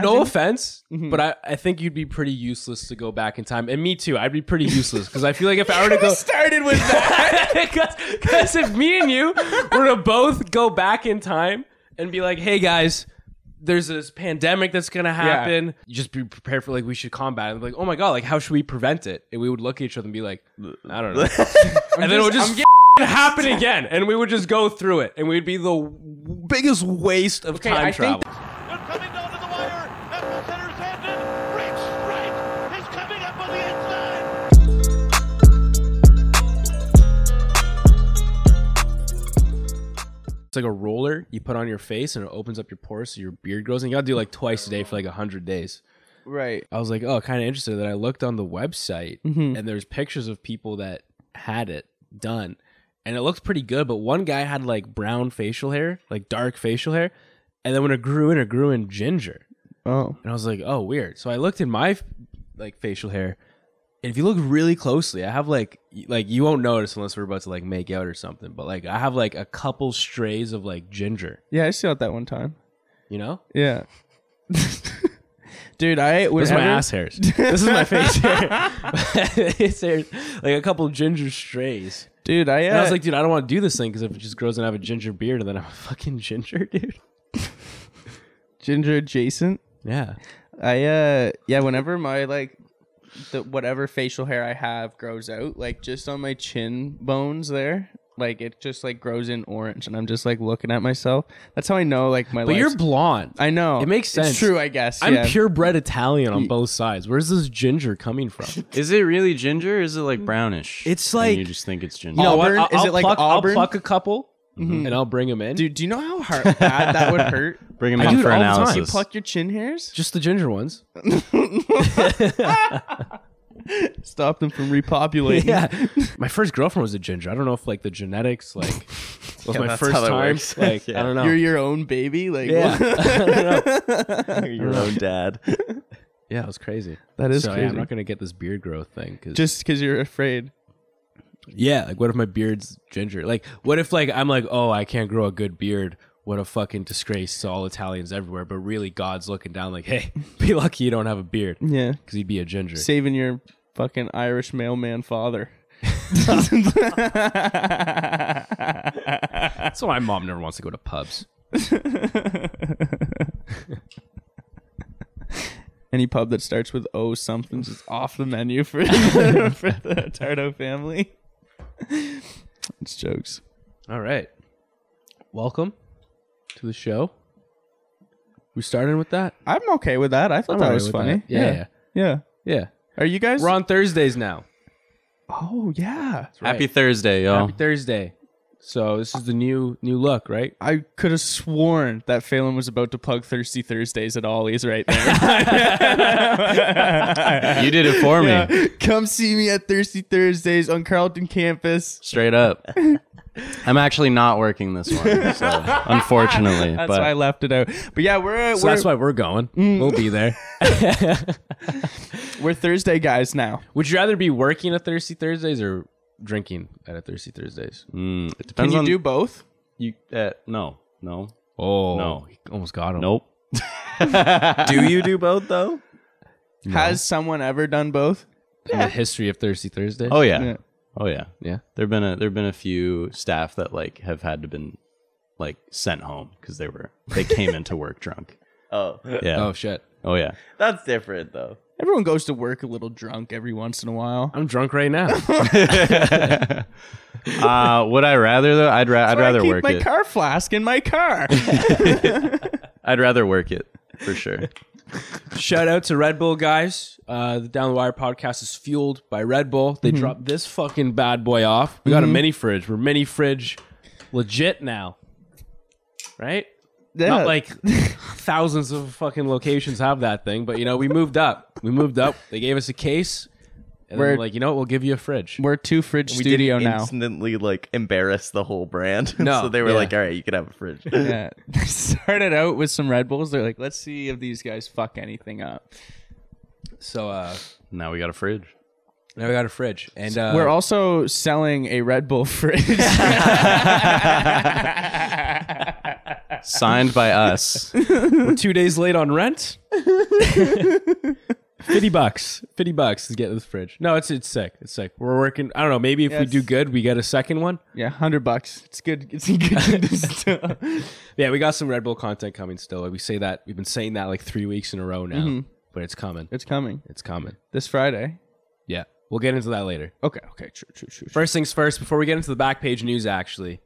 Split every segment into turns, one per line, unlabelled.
no offense,
Mm-hmm.
but I, I think you'd be pretty useless to go back in time. And me too. I'd be pretty useless because I feel like if I were to go.
started with that.
Because if me and you were to both go back in time and be like, hey guys, there's this pandemic that's gonna happen. You just be prepared for like we should combat it. Like, oh my god, like how should we prevent it? And we would look at each other and be like, I don't know. and then it would just f***ing happen again, and we would just go through it, and we'd be the w- biggest waste of time
I
travel.
think-
They're coming down to the wire. That will center's handed. Rich Strike is coming up on the inside.
It's like a roller you put on your face, and it opens up your pores, so your beard grows. And you gotta do like twice a day for like hundred days.
Right.
I was like, oh, kind of interested. That I looked on the website and there's pictures of people that had it done, and it looked pretty good. But one guy had like brown facial hair, like dark facial hair, and then when it grew in, it grew in ginger.
Oh.
And I was like, oh, weird. So I looked in my like facial hair, and if you look really closely, I have like y- like you won't notice unless we're about to like make out or something. But like I have like a couple strays of like ginger,
Yeah, I saw it that one time.
you know.
Yeah. Dude, I
This
was
is my ass hairs. This is my face hair. It's hair- like a couple ginger strays.
Dude, I, uh,
And I was like, dude, I don't want to do this thing because if it just grows and I have a ginger beard, then I'm a fucking ginger, dude.
ginger adjacent.
Yeah.
I uh yeah, whenever my like the whatever facial hair I have grows out, like just on my chin bones there, like it just like grows in orange and I'm just like looking at myself. That's how I know like my
But you're
life's-
blonde.
I know.
It makes sense.
It's true, I guess.
I'm
yeah.
purebred Italian on both sides. Where's this ginger coming from?
Is it really ginger? or Is it like brownish?
It's
And
like-
you just think it's ginger.
You know what?
Auburn?
I'll,
Is
I'll
it like
pluck, I'll
Auburn?
pluck a couple
Mm-hmm.
and I'll bring them in.
Dude, do you know how hard bad that would hurt?
Bring him
I do
in
it
for
all the time.
analysis.
You
Pluck your chin hairs?
just the ginger ones.
Stop them from repopulating.
Yeah. my first girlfriend was a ginger. I don't know if like the genetics like it was my
that's
first
how that
time.
works.
Like
Yeah.
I don't know.
You're your own baby. Like
your own dad.
yeah, it was crazy.
that is
so yeah,
crazy.
I'm not gonna get this beard growth thing. Cause,
just because you're afraid.
yeah, like what if my beard's ginger? Like what if like I'm like oh I can't grow a good beard. What a fucking disgrace to all Italians everywhere. But really, God's looking down like, hey, be lucky you don't have a beard
Yeah.
because he'd be a ginger.
Saving your fucking Irish mailman father.
That's why my mom never wants to go to pubs.
Any pub that starts with O something's just off the menu for, for the Tardo family. It's jokes.
All right. Welcome to the show. We starting with that?
I'm okay with that. I thought that
alright
was
with
funny.
that. Yeah,
yeah. Yeah.
Yeah.
Are you guys?
We're on Thursdays now.
Oh yeah.
Happy Thursday, y'all.
Happy Thursday. So this is the new new look, right?
I could have sworn that Phelan was about to plug Thirsty Thursdays at Ollie's right there.
you did it for me.
Come see me at Thirsty Thursdays on Carleton campus.
Straight up. I'm actually not working this one, so, unfortunately.
That's
but
why I left it out. But yeah, we're
So
we're,
that's why we're Mm. going. We'll be there.
we're Thursday guys now.
Would you rather be working at Thirsty Thursdays or drinking at a Thirsty Thursdays?
Mm, it
Can
depends
you
on
do both?
you. Uh, no, no,
Oh,
No.
he almost got him.
nope. do you do both though?
Has someone ever done both?
In the history of Thirsty Thursdays.
Oh yeah.
Yeah.
Oh yeah.
yeah.
There've been a there've been a few staff that like have had to been like sent home because they were they came into work drunk.
Oh,
Yeah.
Oh
Oh,
shit.
yeah.
that's different though.
Everyone goes to work a little drunk every once in a while.
I'm drunk right now.
Uh, would I rather though? I'd ra- I'd
Where I
rather
keep
work
my
it.
car flask in my car.
I'd rather work it for sure.
Shout out to Red Bull guys. Uh, the Down the Wire podcast is fueled by Red Bull.
Mm-hmm.
They dropped this fucking bad boy off. We got a mini fridge. We're mini fridge legit now. Right?
yeah.
Not like thousands of fucking locations have that thing, but you know, we moved up. We moved up. They gave us a case. And
We're-
we're like, you know what? We'll give you a fridge.
we're two fridge
We
studio
didn't
now.
instantly like embarrass the whole brand.
No,
so they were
yeah.
like, "All right, you can have a fridge."
yeah. They started out with some Red Bulls. They're like, let's see if these guys fuck anything up.
So uh,
Now we got a fridge.
now we got a fridge. And uh,
We're also selling a Red Bull fridge.
signed by us.
We're two days late on rent. Fifty bucks. Fifty bucks to get this fridge. No, it's it's sick. It's sick. We're working. I don't know. Maybe if we
Yes.
do good, we get a second one.
Yeah, hundred bucks. It's good. It's in good condition still.
Yeah, we got some Red Bull content coming still. We say that we've been saying that like three weeks in a row now,
Mm-hmm.
but it's coming.
It's coming
It's coming.
this Friday.
Yeah, we'll get into that later.
Okay. Okay. True. True. True. true.
First things first. Before we get into the back page news, actually,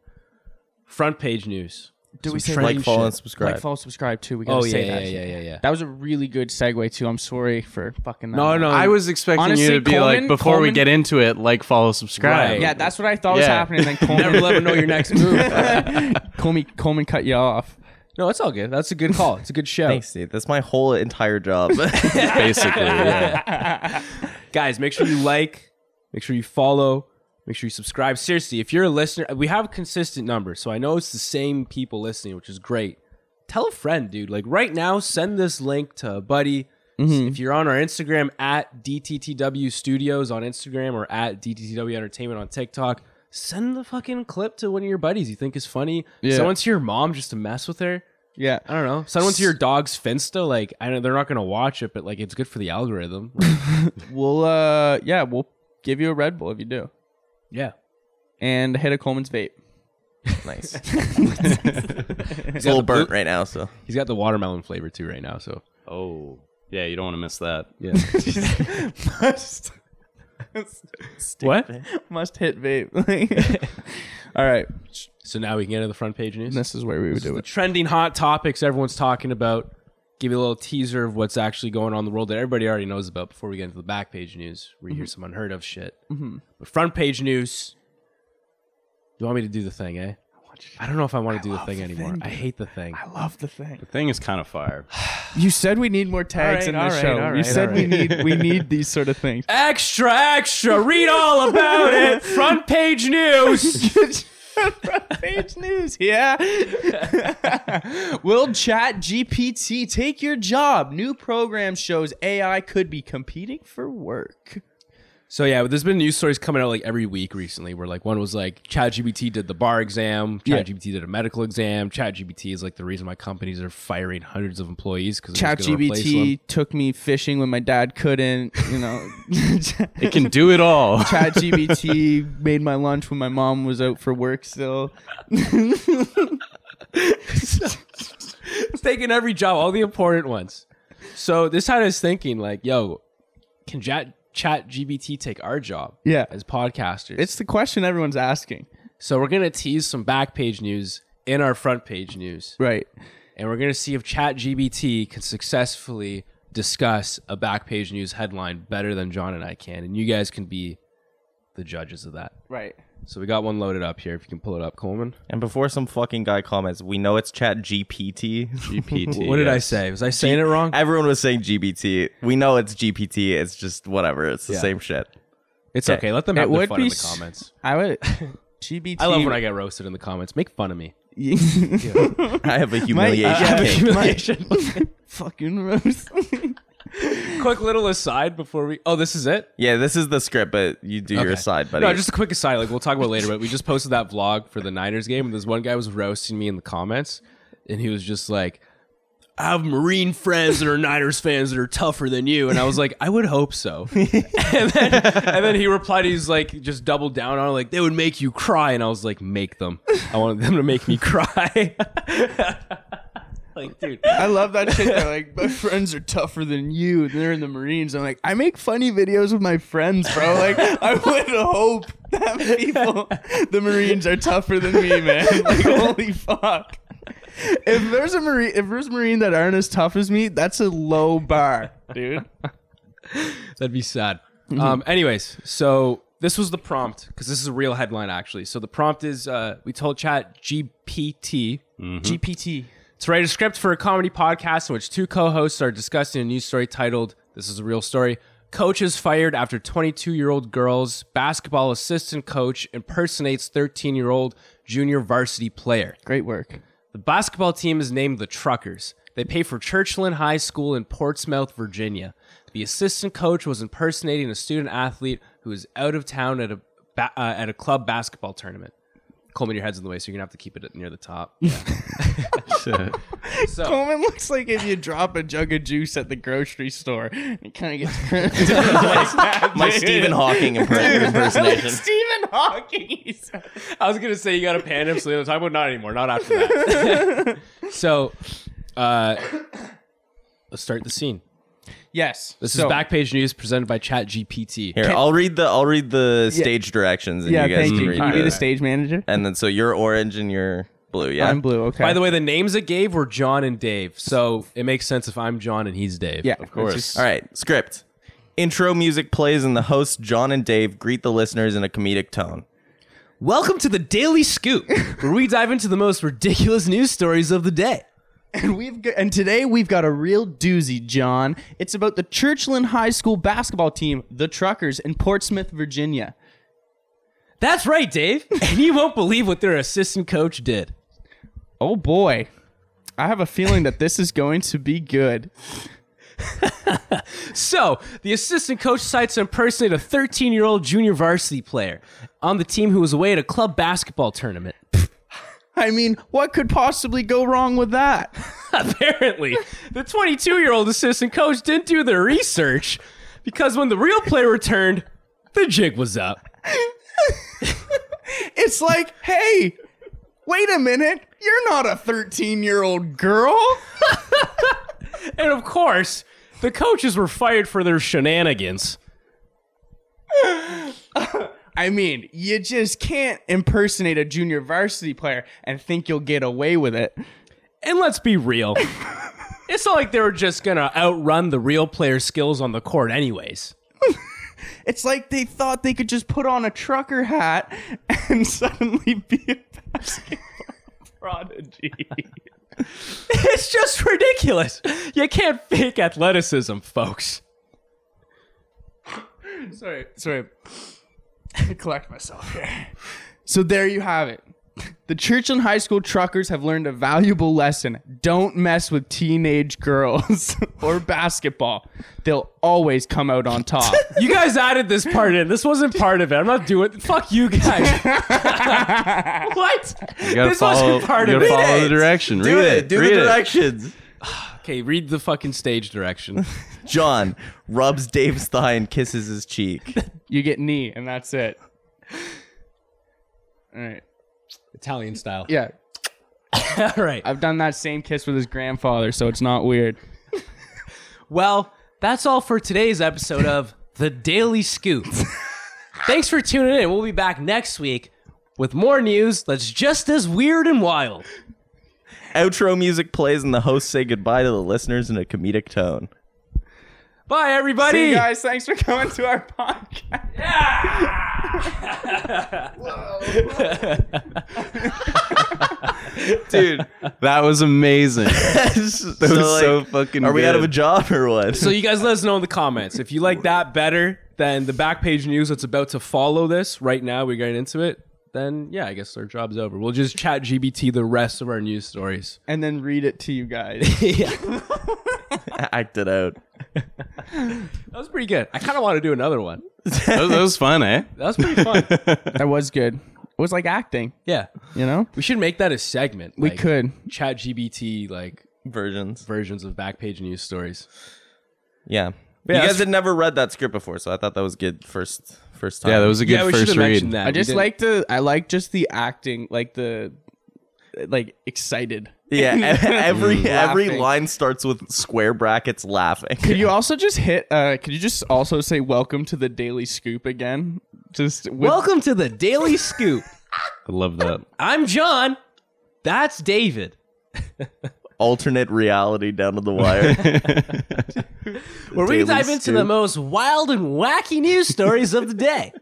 front page news.
Do we say
Like,
that?
follow, and subscribe.
Like, follow, subscribe too. We gotta
Oh
say
yeah, yeah,
that.
yeah, yeah, yeah.
That was a really good segue too. I'm sorry for fucking that.
No,
up.
no.
I was expecting
Honestly,
you to be
Coleman-
like, before we
Coleman-
get into it, like, follow, subscribe.
Right.
Yeah, that's what I thought was
Yeah.
happening. Then
Never
Coleman,
let them know your next move.
Coleman, Coleman cut you off.
No, it's all good. That's a good call. It's a good show.
Thanks, dude. That's my whole entire job.
Basically, yeah.
guys make sure you like make sure you follow make sure you subscribe seriously if you're a listener we have consistent numbers so i know it's the same people listening which is great tell a friend dude like right now send this link to a buddy if you're on our instagram at dttw studios on instagram or at dttw entertainment on tiktok send the fucking clip to one of your buddies you think is funny
Yeah.
someone to your mom just to mess with her
Yeah.
I don't know. Someone to your dog's Finsta, like I know they're not gonna watch it, but like it's good for the algorithm. Like,
We'll uh yeah, we'll give you a Red Bull if you do.
yeah,
And hit a Coleman's vape.
nice. it's a little burnt right now, so
He's got the watermelon flavor too right now, so
Oh, yeah. You don't want to miss that.
yeah.
Must
what?
must hit vape. All right.
So now we can get into the front page news.
This is where we would do
the
it.
trending hot topics everyone's talking about. Give you a little teaser of what's actually going on in the world that everybody already knows about before we get into the back page news, where you hear some unheard of shit. But front page news. You want me to do the thing, eh? I don't know if I want to do the thing anymore. I hate the thing.
I love the thing.
The thing is kind of fire.
You said we need more tags
right,
in
all
this
right,
show.
all
you
right,
said
all
we need we need these sort of things.
Extra, extra. Read all about it. Front page news.
Front page news, yeah. Will Chat GPT take your job? New program shows AI could be competing for work.
So yeah, there's been news stories coming out like every week recently where like one was like ChatGPT did the bar exam,
Yeah.
ChatGPT did a medical exam, ChatGPT is like the reason why companies are firing hundreds of employees because
ChatGPT took me fishing when my dad couldn't. You know,
It can do it all.
ChatGPT made my lunch when my mom was out for work still.
It's taking every job, all the important ones. So this had us thinking like, yo, can Chat ChatGPT take our job?
Yeah.
as podcasters.
It's the question everyone's asking.
so we're gonna tease some back page news in our front page news.
Right.
and we're going to see if ChatGBT can successfully discuss a back page news headline better than John and I can, and you guys can be the judges of that.
Right.
So we got one loaded up here. If you can pull it up, Coleman.
and before some fucking guy comments, we know it's Chat GPT.
GPT.
What did I
yes.
say? Was I saying it wrong?
Everyone was saying GBT. We know it's GPT. It's just whatever. It's the same shit.
It's okay. Let them have
It
their
would
fun
be
in the
s-
comments.
I would. GBT.
I love when I get roasted in the comments. Make fun of me.
I have a
My-
humiliation
uh,
cake.
my- fucking roast.
Quick little aside before we. Oh, this is it.
Yeah, this is the script, but you do your
Okay.
side, buddy.
No, just a quick aside. Like we'll talk about it later, but we just posted that vlog for the Niners game, and this one guy was roasting me in the comments, and he was just like, "I have Marine friends that are Niners fans that are tougher than you," and I was like, "I would hope so." and, then, and then he replied, he's like, just doubled down on it, like they would make you cry, and I was like, "Make them. I wanted them to make me cry." like, dude.
I love that shit. That like my friends are tougher than you. And they're in the Marines. I'm like, I make funny videos with my friends, bro. Like, I would hope that people, the Marines, are tougher than me, man. Like, holy fuck. If there's a marine, if there's a marine that aren't as tough as me, that's a low bar, dude.
That'd be sad. Um, anyways, so this was the prompt because this is a real headline actually. So the prompt is uh, we told Chat GPT
GPT.
to write a script for a comedy podcast in which two co-hosts are discussing a news story titled "This is a real story." Coaches fired after 22-year-old girls basketball assistant coach impersonates 13-year-old junior varsity player.
Great work.
The basketball team is named the Truckers. They pay for Churchland High School in Portsmouth, Virginia. The assistant coach was impersonating a student athlete who was out of town at a ba- uh, at a club basketball tournament. Coleman, your head's in the way, so you're gonna have to keep it near the top. Yeah. So
Coleman looks like if you drop a jug of juice at the grocery store, it kind of gets like that,
My
dude.
Stephen Hawking imper-
Like
impersonation.
Stephen Hawking. he's-
I was gonna say you gotta pan him, Selena. Talk about not anymore, not after that. so, uh, let's start the scene.
Yes.
This
So-
is Backpage News presented by ChatGPT.
Here, I'll read the I'll read the stage directions, and
Yeah,
you guys
thank
can
you.
read
Can you
the,
be the stage manager?
And then so you're orange and you're blue. Yeah,
I'm blue. Okay.
By the way, the names it gave were John and Dave, so it makes sense if I'm John and he's Dave.
yeah,
Of course.
All right, script. Intro music plays, and the hosts John and Dave greet the listeners in a comedic tone.
Welcome to the Daily Scoop, where we dive into the most ridiculous news stories of the day.
And we've got, and today we've got a real doozy, John. It's about the Churchland High School basketball team, the Truckers, in Portsmouth, Virginia.
That's right, Dave. And you won't believe what their assistant coach did.
Oh boy, I have a feeling that this is going to be good.
So, the assistant coach decides to impersonate a 13 year old junior varsity player on the team who was away at a club basketball tournament.
I mean, what could possibly go wrong with that?
Apparently, the 22 year old assistant coach didn't do their research because when the real player returned, the jig was up.
It's like, hey, wait a minute, you're not a 13 year old girl.
And of course, the coaches were fired for their shenanigans.
I mean, you just can't impersonate a junior varsity player and think you'll get away with it.
And let's be real. It's not like they were just going to outrun the real player's skills on the court, anyways.
It's like they thought they could just put on a trucker hat and suddenly be a basketball prodigy.
It's just ridiculous. You can't fake athleticism, folks.
sorry, sorry. Collect myself here. So there you have it. The Churchland High School truckers have learned a valuable lesson. Don't mess with teenage girls or basketball. They'll always come out on top.
You guys added this part in. This wasn't part of it. I'm not doing Fuck you guys. what?
You gotta
This
follow,
wasn't part
you
of
gotta
it.
follow the direction.
Do
read
it.
it.
Do
read
the
it.
directions.
Okay, read the fucking stage direction.
John rubs Dave's thigh and kisses his cheek.
you get knee, and that's it. All right.
Italian style.
Yeah,
All right.
I've done that same kiss with his grandfather, so it's not weird.
Well, that's all for today's episode of The Daily Scoop. Thanks for tuning in. We'll be back next week with more news that's just as weird and wild.
Outro music plays, and the hosts say goodbye to the listeners in a comedic tone.
Bye, everybody.
See you guys. Thanks for coming to our podcast.
Dude, that was amazing. That
that
was so fucking
Are we out of a
good.
job or what?
So you guys let us know in the comments if you like that better than the back page news that's about to follow this right now. We're getting into it. Then yeah, I guess our job's over. We'll just chat GBT the rest of our news stories.
And then read it to you guys.
yeah, that
Act it out.
was pretty good. I kind of want to do another one.
was, that was fun, eh?
That was pretty fun.
that was good. It was like acting,
yeah,
you know?
we should make that a segment.
We
like,
could.
chat GBT like
Versions.
versions of back page news stories.
Yeah.
Yeah,
you
that's-
guys had never read that script before, so I thought that was good first first time.
Yeah, that was a good
yeah, we should
first
have
read.
mentioned that.
I
We
just
didn't-
like the I like just the acting, like the like excited. Mm.
yeah. e- Every every
Laughing.
line starts with square brackets laughing.
Could you also just hit uh could you just also say welcome to the Daily Scoop again? Just with,
welcome to the Daily Scoop.
I love that.
I'm John. That's David.
alternate reality down to the wire.
Where we
Daily
dive into the
Scoop.
most wild and wacky news stories of the day.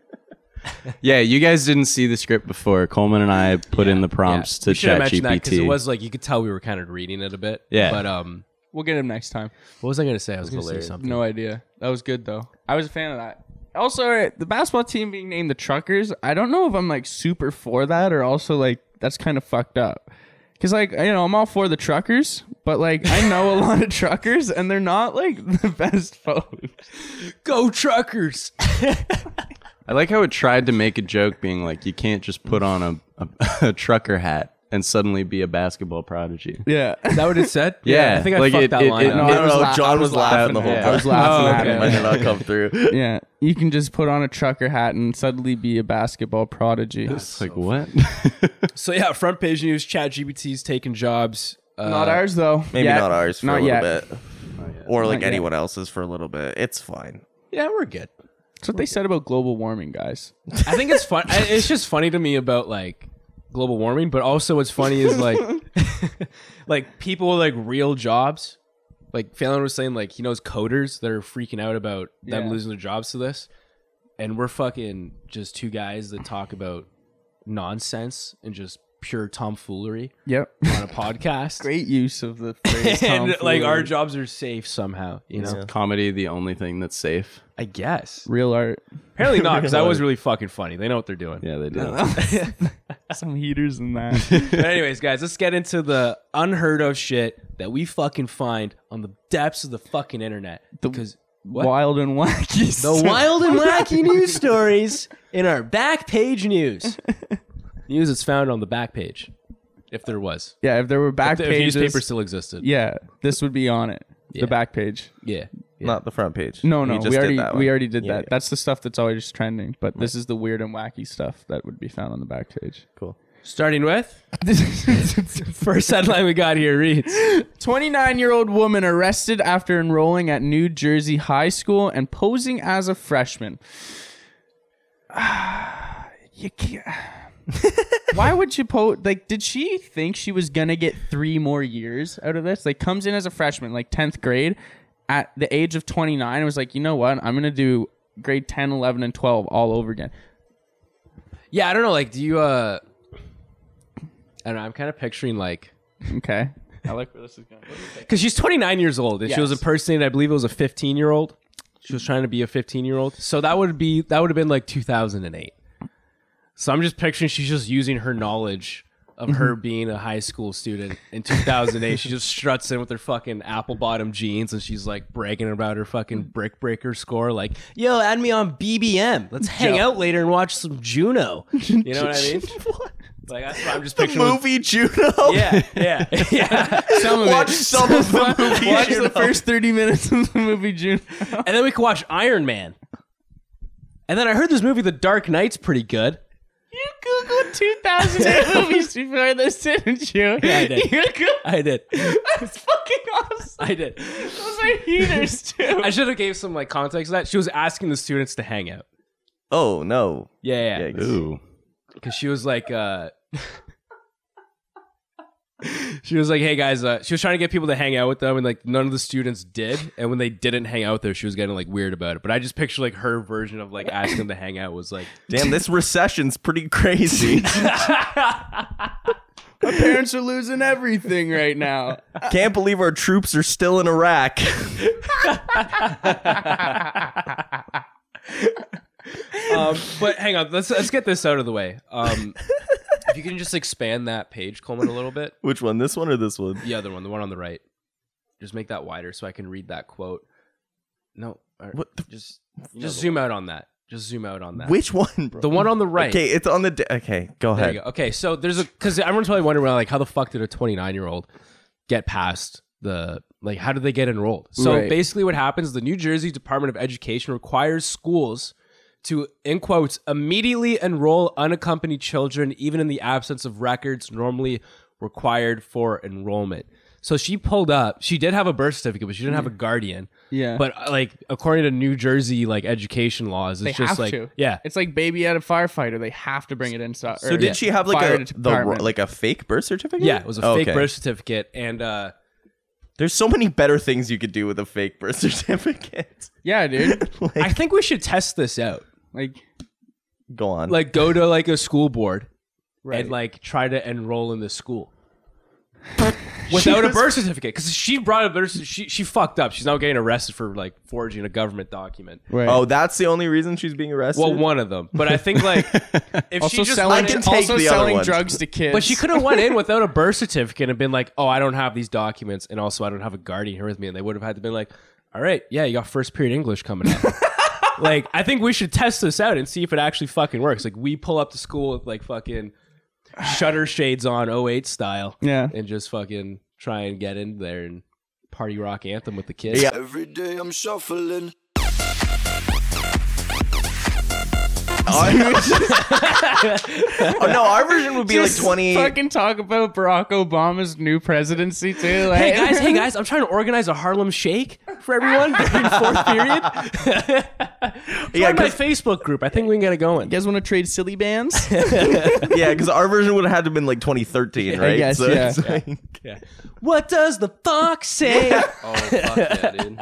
Yeah, you guys didn't see the script before. Coleman and I put in the prompts
we
to
should have
chat
mentioned that because it
GPT.
was like you could tell we were kind of reading it a bit.
Yeah.
but um,
We'll get him next time.
what was I gonna say? I was, gonna
hilarious.
say something.
No idea. That was good though. I was a fan of that. Also, uh, the basketball team being named the Truckers, I don't know if I'm like super for that or also like that's kind of fucked up. Cause like you know I'm all for the Truckers, but like I know a lot of Truckers and they're not like the best folks.
Go truckers!
I like how it tried to make a joke being like, you can't just put on a, a, a trucker hat and suddenly be a basketball prodigy.
yeah.
Is that what it said?
Yeah,
I think I
like
fucked
it-
that
it-
line
it-
up.
no,
I don't
was
know.
la-
John was laughing the
laughing
whole
at
time. Oh,
it. I
was laughing
at it.
Might have not come through.
Yeah, you can just put on a trucker hat and suddenly be a basketball prodigy.
It's like what?
So yeah, front page news. Chat GBT's taking jobs. Uh,
not ours though.
Maybe
Yet.
not ours for
Not
a little
yet.
bit, or like
Not yet.
anyone else's for a little bit. It's fine.
Yeah, we're good.
That's what they said about global warming, guys.
I think it's fun. I- it's just funny to me about like global warming, but also what's funny is like, like people with like real jobs. Like Phelan was saying, like he knows coders that are freaking out about them
Yeah.
losing their jobs to this, and we're fucking just two guys that talk about nonsense and just pure tomfoolery
Yep.
on a podcast.
Great use of the phrase.
And like our
tomfoolery.
jobs are safe somehow, you know.
Comedy, the only thing that's safe.
I guess.
real art.
Apparently not, because that was really fucking funny. They know what they're doing.
Yeah, they do.
Some heaters in that.
But anyways, guys, let's get into the unheard of shit that we fucking find on the depths of the fucking internet. Because what?
Wild and wacky.
the wild and wacky news stories in our back page news. news that's found on the back page, if there was.
Yeah, if there were back
If
pages.
newspaper still existed.
Yeah, this would be on it.
Yeah.
The back page.
Yeah.
Not the front page.
No, no,
You
we,
just did
already
that one.
we already did
Yeah,
that.
yeah.
That's the stuff that's always trending. But this is the weird and wacky stuff that would be found on the back page.
Cool.
Starting with first headline we got here reads
29 year old woman arrested after enrolling at New Jersey High School and posing as a freshman. you can't. Why would you pose? Like, did she think she was going to get three more years out of this? Like, comes in as a freshman, like 10th grade, at the age of 29, and was like, you know what? I'm going to do grade 10, 11, and 12 all over again.
Yeah, I don't know. Like, do you? uh I don't know. I'm kind of picturing like
Okay.
because she's 29 years old. And She was
Yes.
impersonated. I believe it was a 15 year old. She was trying to be a 15 year old. So that would be that would have been like 2008. So I'm just picturing she's just using her knowledge of her being a high school student in 2008. she just struts in with her fucking apple bottom jeans and she's like bragging about her fucking brick breaker score. Like, yo, add me on BBM. Let's hang out later and watch some Juno. You know what I mean? Like that's what I'm just picturing. with-
Movie Juno.
yeah, yeah, yeah. Some of it.
Watch some of the movie.
Watch
Juno.
the first 30 minutes of the movie, June.
And then we could watch Iron Man. And then I heard this movie, The Dark Knight's pretty good.
You googled 2008 movies before this, didn't you?
Yeah, I did.
You googled.
I did.
That's fucking awesome.
I did.
Those are heaters too.
I should have gave some like context to that. She was asking the students to hang out.
Oh no.
Yeah, yeah.
Yikes.
Ooh,
Because she was like, uh, she was like, hey guys, uh, she was trying to get people to hang out with them, and like none of the students did. And when they didn't hang out with her, she was getting like weird about it. But I just picture like her version of like asking them to hang out was like,
Damn, this recession's pretty crazy.
My parents are losing everything right now.
Can't believe our troops are still in Iraq.
um, but hang on, let's let's get this out of the way. Um, if you can just expand that page, Coleman, a little bit.
Which one? This one or this one?
The other one, the one on the right. Just make that wider so I can read that quote. No, or
What the-
just just zoom out on that. Just zoom out on that.
Which one, bro?
the one on the right.
Okay, it's on the. De- okay, go
There
ahead.
you go. Okay, so there's a because everyone's probably wondering well, like how the fuck did a 29 year old get past the like how did they get enrolled? So
Right.
basically, what happens? The New Jersey Department of Education requires schools to in quotes immediately enroll unaccompanied children, even in the absence of records normally required for enrollment. So she pulled up. She did have a birth certificate, but she didn't have a guardian.
Mm. Yeah.
But uh, like according to New Jersey like education laws, it's
they
just
have
like
to.
yeah,
It's like baby at a firefighter. They have to bring it inside.
So did she have like a the, ro- like a fake birth certificate?
yeah. It was a
Oh,
fake
okay.
birth certificate, and uh,
There's so many better things you could do with a fake birth certificate.
Yeah, dude.
like,
I think we should test this out.
Like
go on.
Like go to like a school board
right.
and like try to enroll in the school. Without a
was-
birth certificate, because she brought a birth. She she fucked up. She's now getting arrested for like forging a government document.
right.
oh, that's the only reason she's being arrested.
Well, one of them, but I think like if she
also
just
selling,
I
went
can
in-
take
also
the other
selling
one.
drugs to kids.
but she could have went in without a birth certificate and been like, "Oh, I don't have these documents, and also I don't have a guardian here with me," and they would have had to been like, "All right, yeah, you got first period English coming up." like, I think we should test this out and see if it actually fucking works. Like, we pull up to school with like fucking shutter shades on 08 style
Yeah.
and just fucking try and get in there and party rock anthem with the kids.
Yeah.
Every day I'm shuffling.
Oh no, our version would be like
Just
twenty.
Fucking talk about Barack Obama's new presidency too. Like,
Hey guys, hey guys, I'm trying to organize a Harlem Shake for everyone during fourth period. yeah,
Yeah,
my
'cause-
Facebook group. I think we can get it going.
You guys want to trade silly bands?
yeah, because our version would have had to been like 2013, right?
guess, yeah.
it's like-
What does the fox say?
Oh fuck yeah, dude.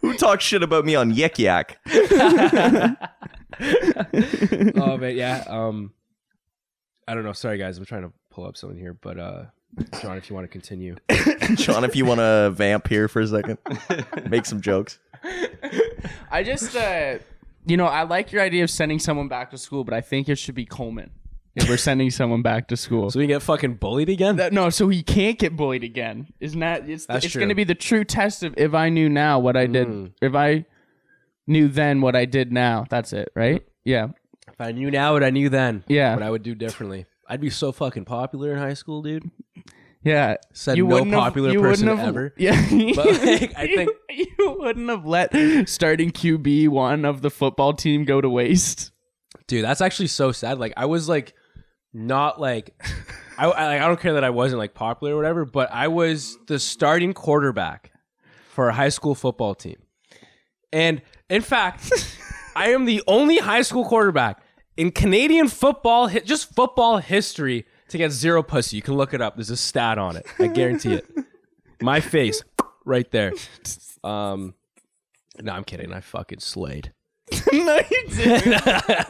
who talks shit about me on Yik Yak?
oh man, yeah. Um, I don't know. Sorry guys, I'm trying to pull up something here, but uh, John, if you want to continue,
John, if you want to vamp here for a second, make some jokes.
I just, uh, you know, I like your idea of sending someone back to school, but I think it should be Coleman. If we're sending someone back to school,
so we get fucking bullied again.
That- no, so he can't get bullied again. Isn't that? It's
That's
it's
true. Mm.
going to be the true test of if I knew now what I did, if I knew then what I did now. That's it, right? Yeah.
if I knew now what I knew then,
Yeah.
what I would do differently. I'd be so fucking popular in high school, dude.
Yeah,
Said no
wouldn't have-
popular
you
person
wouldn't have-
ever.
Yeah,
But, like, I think-
you, you wouldn't have let starting QB one of the football team go to waste.
Dude, that's actually so sad. Like I was like not like I I, like, I don't care that I wasn't like popular or whatever, but I was the starting quarterback for a high school football team. And in fact, I am the only high school quarterback in Canadian football hi- just football history to get zero pussy. You can look it up. There's a stat on it. I guarantee it. My face right there. Um no, I'm kidding. I fucking slayed.
no, you didn't.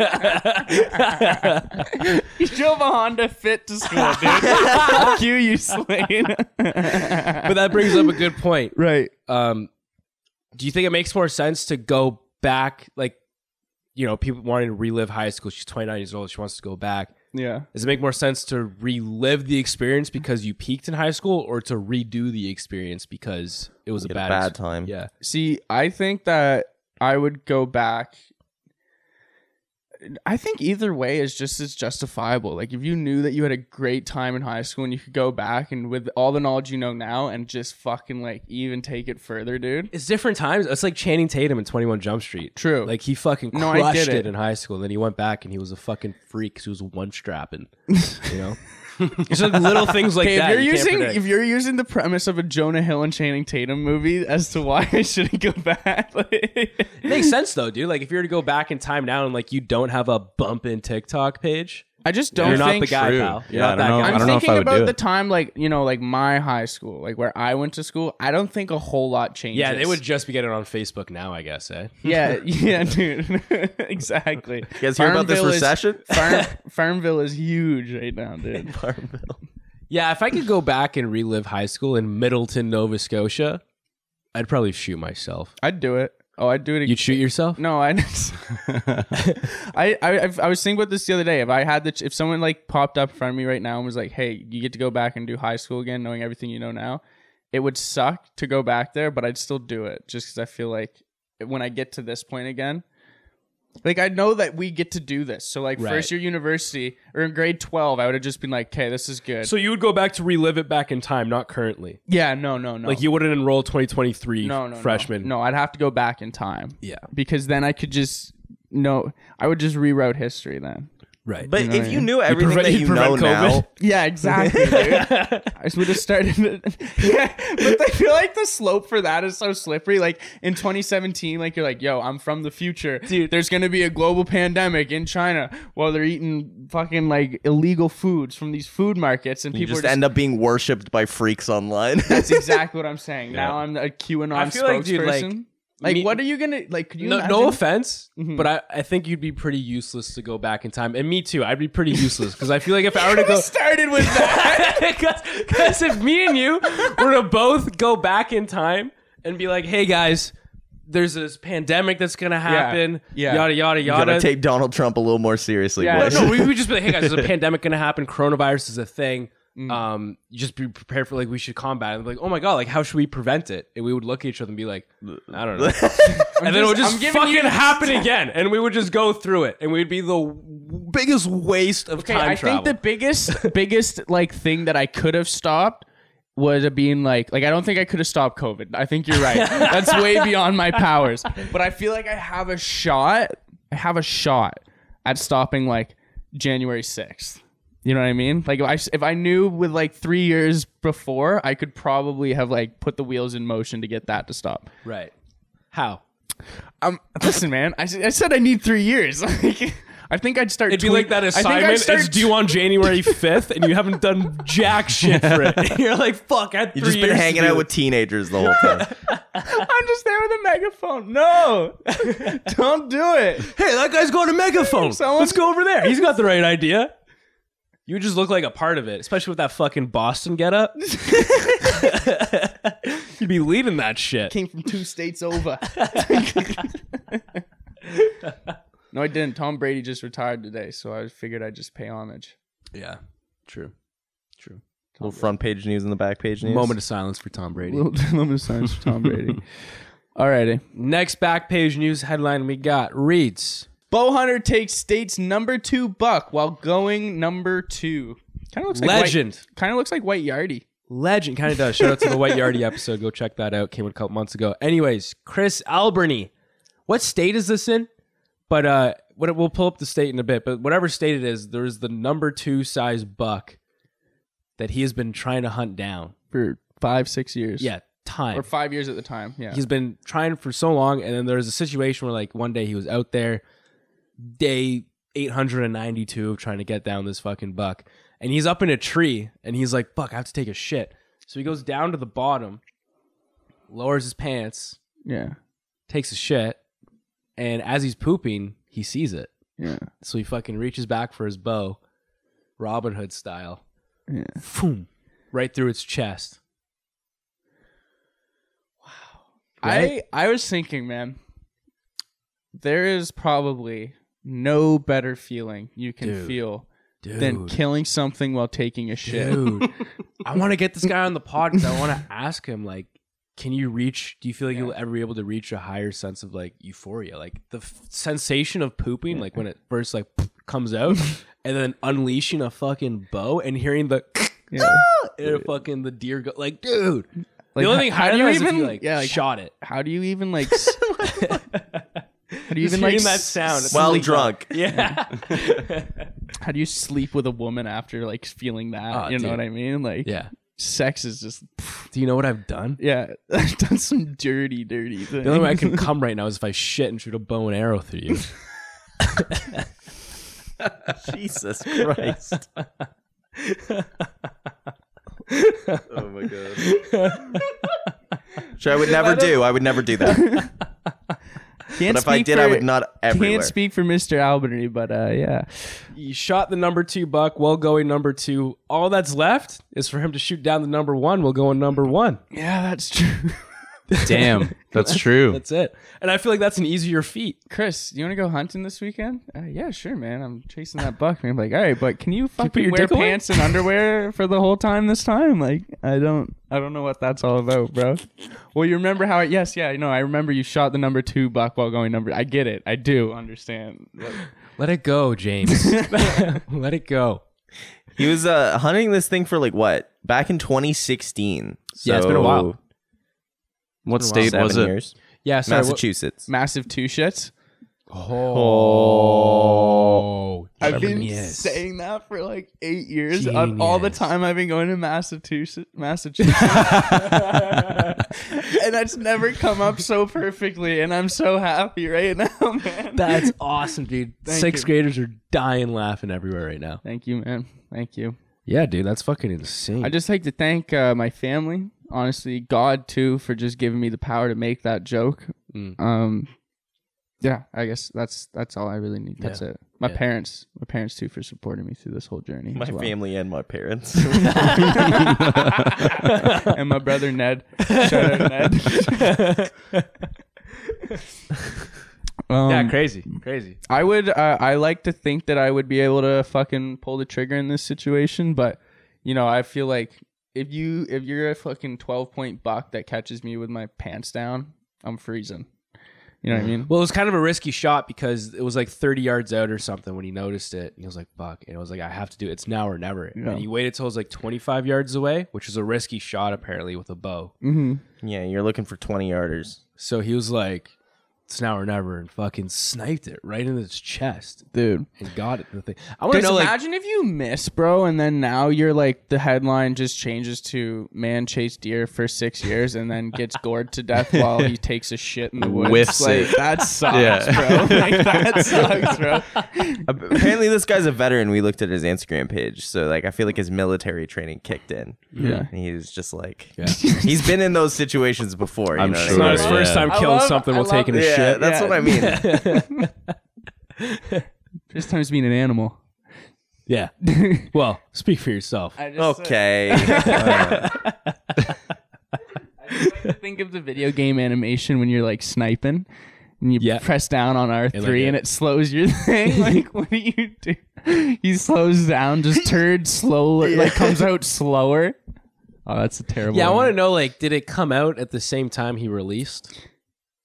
you drove a Honda Fit to school, dude. Fuck you, you slain.
But that brings up a good point.
right.
um, do you think it makes more sense to go back like you know people wanting to relive high school she's 29 years old she wants to go back
Yeah.
does it make more sense to relive the experience because you peaked in high school or to redo the experience because it was a
Had a
bad,
bad
ex-
time.
yeah
See, I think that I would go back. I think either way is just as justifiable. Like if you knew that you had a great time in high school and you could go back and with all the knowledge you know now and just fucking like even take it further, dude.
it's different times it's like channing tatum in 21 jump street
True.
like he fucking
No, I get
crushed it.
it.
in high school and then he went back and he was a fucking freak 'cause he was one strapping you know it's like little things like
Okay,
that
if you're
you can't
using
predict.
if you're using the premise of a Jonah Hill and Channing Tatum movie as to why I shouldn't go back, like,
Makes sense though, dude. Like if you were to go back in time now and like you don't have a bump in TikTok page,
I just don't
you're not
think
the guy,
True.
pal. You're
Yeah,
not
I
that
don't
guy.
know. I
I'm
don't know if
thinking
I would
about
do
the
it.
time, like you know, like my high school, like where I went to school. I don't think a whole lot changes.
yeah, they would just be getting it on Facebook now, I guess, eh?
Yeah, yeah, dude, exactly. You
guys hear about this recession?
Farm, Farmville is huge right now, dude.
Yeah, if I could go back and relive high school in Middleton, Nova Scotia, I'd probably shoot myself.
I'd do it. Oh, I'd do it. again.
You'd shoot yourself?
No, I, I, I, I've- I was thinking about this the other day. If I had the, ch- if someone like popped up in front of me right now and was like, "Hey, you get to go back and do high school again, knowing everything you know now," it would suck to go back there, but I'd still do it just because I feel like when I get to this point again, like I know that we get to do this. So like
Right.
first year university or in grade twelve, I would have just been like, "Okay, this is good."
So you would go back to relive it back in time, not currently.
yeah, no, no, no,
Like you wouldn't enroll 2023
no, no, no.
freshman.
No, I'd have to go back in time.
Yeah.
because then I could just no, I would just reroute history then.
Right.
But if you knew everything
prevent-
that
you
you know
prevent
now,
Yeah, exactly. dude. I just would have started. yeah, but I feel like the slope for that is so slippery. Like in 2017, like you're like, "Yo, I'm from the future, dude." There's gonna be a global pandemic in China while they're eating fucking like illegal foods from these food markets, and
you
people
just
are just.
end up being worshipped by freaks online.
that's exactly what I'm saying. Now I'm a QAnon
I feel like, dude,
spokesperson.
like,
Like,
me-
what are you gonna like? Could you
no,
imagine? Mm-hmm.
no offense, but I, I think you'd be pretty useless to go back in time. And me too. I'd be pretty useless because I feel like if I were to
Could've
go.
started with that.
Because if me and you were to both go back in time and be like, hey guys, there's this pandemic that's gonna happen,
Yeah.
yada yada
Gotta
yada.
take Donald Trump a little more seriously,
Yeah.
boys.
no, we would just be like, hey guys, there's a pandemic gonna happen. Coronavirus is a thing.
Mm.
Um, just be prepared for like we should combat it. Like, oh my god, like how should we prevent it? And we would look at each other and be like, I don't know. and then it would
just-
just
I'm giving
fucking
you-
happen again, and we would just go through it, and we'd be the w- biggest waste of
Okay,
time
I
travel.
think the biggest biggest like thing that I could have stopped was it being like like I don't think I could have stopped COVID. I think you're right. That's way beyond my powers. But I feel like I have a shot. I have a shot at stopping like January 6th. You know what I mean? Like if I if I knew with like 3 years before, I could probably have like put the wheels in motion to get that to stop.
right? How?
Um, listen, man. I, s- I said I need three years. Like, I think I'd start.
It'd be like
tweet-
that
I think I'd
assignment
start
is due on January fifth, and you haven't done jack shit for it. You're like, fuck, I had three
You've just been
years to
hanging
do
out
it.
with teenagers the whole time.
I'm just there with a megaphone. No, don't do it.
Hey, that guy's going to megaphone.
Someone-
Let's go over there. He's got the right idea. You just look like a part of it, especially with that fucking Boston getup. You'd be leading that shit.
Came from two states over. no, I didn't. Tom Brady just retired today, so I figured I'd just pay homage.
Yeah, true.
little front page news and the back page news.
Moment of silence for Tom Brady.
Little moment of silence for Tom Brady. Alrighty.
Next back page news headline we got reads.
Bowhunter takes state's number two buck while going number two. Kind of looks like
Legend.
Kind of looks like White Yardie.
Legend kind of does. Shout out to the White Yardie episode. Go check that out. Came out a couple months ago. Anyways, Chris Alberni. What state is this in? But uh what we'll pull up the state in a bit, but whatever state it is, there's the number 2 size buck that he has been trying to hunt down.
for five, six years.
Yeah, time.
Or five years at the time. Yeah.
He's been trying for so long and then there was a situation where like one day he was out there day 892 of trying to get down this fucking buck and he's up in a tree and he's like fuck i have to take a shit so he goes down to the bottom lowers his pants
yeah.
takes a shit and as he's pooping he sees it
Yeah.
so he fucking reaches back for his bow robin hood style
Yeah.
Phoom. right through its chest Right?
I I was thinking, man, there is probably no better feeling you can
Dude.
feel
dude
than killing something while taking a shit.
dude i want to get this guy on the pod because i want to ask him like can you reach do you feel like you'll ever be able to reach a higher sense of like euphoria like the f- sensation of pooping like when it first like comes out and then unleashing a fucking bow and hearing the
Yeah.
and fucking the deer go like dude
Like,
the only thing
how, how
higher
do
than
you
that is if
even
you, like,
yeah, like,
shot it
how do you even like s- how do you
Just
even like
hearing that
s-
sound. It's
While
Sleep.
drunk.
yeah
how do you sleep with a woman after like feeling that?
Oh,
you know
dude.
what I mean? Like
yeah
sex is just
do you know what i've done
yeah, I've done some dirty dirty things.
the only way i can come right now is if i shit and shoot a bow and arrow through you
Jesus Christ. oh my god. Sure, I would never do. I would never do that. But
Can't
if I
speak
did, I
for-
would not everywhere.
Can't speak for Mr. Albany, but uh, yeah.
He shot the number two buck, well going number two. All that's left is for him to shoot down the number one, well going number one.
Yeah, that's true.
Damn, that's true.
That's it. And I feel like that's an easier feat.
Chris, you want to go hunting this weekend? Uh, yeah, sure, man. I'm chasing that buck, man. I'm like, all right, but can you fucking
your
wear
dick away?
pants and underwear for the whole time this time? Like, I don't, I don't know what that's all about, bro. Well, you remember how? I, yes, yeah, I know. I remember you shot the number two buck while going number. I get it. I do understand.
Let it go, James. Let it go.
He was uh, hunting this thing for like what? Back in 2016.
Yeah, it's been a
So,
while.
What
Seven
state was it?
years.
Yeah, sorry, what-
Massachusetts.
Massive two shits.
Oh,
I've been
Genius.
saying that for like eight years. Uh, All the
Genius.
time I've been going to Massachusetts, Massachusetts, and that's never come up so perfectly. And I'm so happy right now, man.
That's awesome, dude.
Thank
Sixth
you.
graders are dying laughing everywhere right now.
Thank you, man. Thank you.
Yeah, dude, that's fucking insane.
I just like to thank uh, my family, honestly, God too, for just giving me the power to make that joke.
Mm.
Um, yeah, I guess that's that's all I really need. That's it. My parents, my parents too, for supporting me through this whole journey.
My
as well.
family and my parents.
and my brother Ned. Shout out Ned. Um,
yeah, crazy, crazy.
I would. Uh, I like to think that I would be able to fucking pull the trigger in this situation, but you know, I feel like if you if you're a fucking twelve point buck that catches me with my pants down, I'm freezing. You know what I mean?
Well, it was kind of a risky shot because it was like 30 yards out or something when he noticed it. He was like, fuck. And I was like, I have to do it. It's now or never.
Yeah.
And he waited till it was like 25 yards away, which is a risky shot apparently with a bow.
Mm-hmm.
Yeah, you're looking for 20 yarders.
So he was like, it's now or never and fucking sniped it right in his chest
Dude,
and got it. The thing. I want to
Just
know, like,
imagine if you miss, bro, and then now you're like the headline just changes to "Man chased deer for six years and then gets gored to death while he takes a shit in the woods."
Whiffs
like,
it.
That sucks,
Yeah.
bro. Like, that sucks, bro.
Apparently, this guy's a veteran. We looked at his Instagram page, so like I feel like his military training kicked in.
Yeah.
and he's just like he's been in those situations before. You
I'm
know what I
sure.
it's not
mean?
his first
Yeah.
time
I
killing
love-
something
I
while
love-
taking a
Yeah,
shit.
that's
Yeah.
what I mean.
First time's being an animal.
Yeah. Well, speak for yourself.
I just, uh,
okay,
think of the video game animation when you're like sniping and you
Yeah.
press down on R3
And,
and,
like, it-
it slows your thing. like, what do you do? He slows down, just turd slowly, like comes out slower. Oh, that's a terrible.
Yeah, I
one.
want to know, like, did it come out at the same time he released?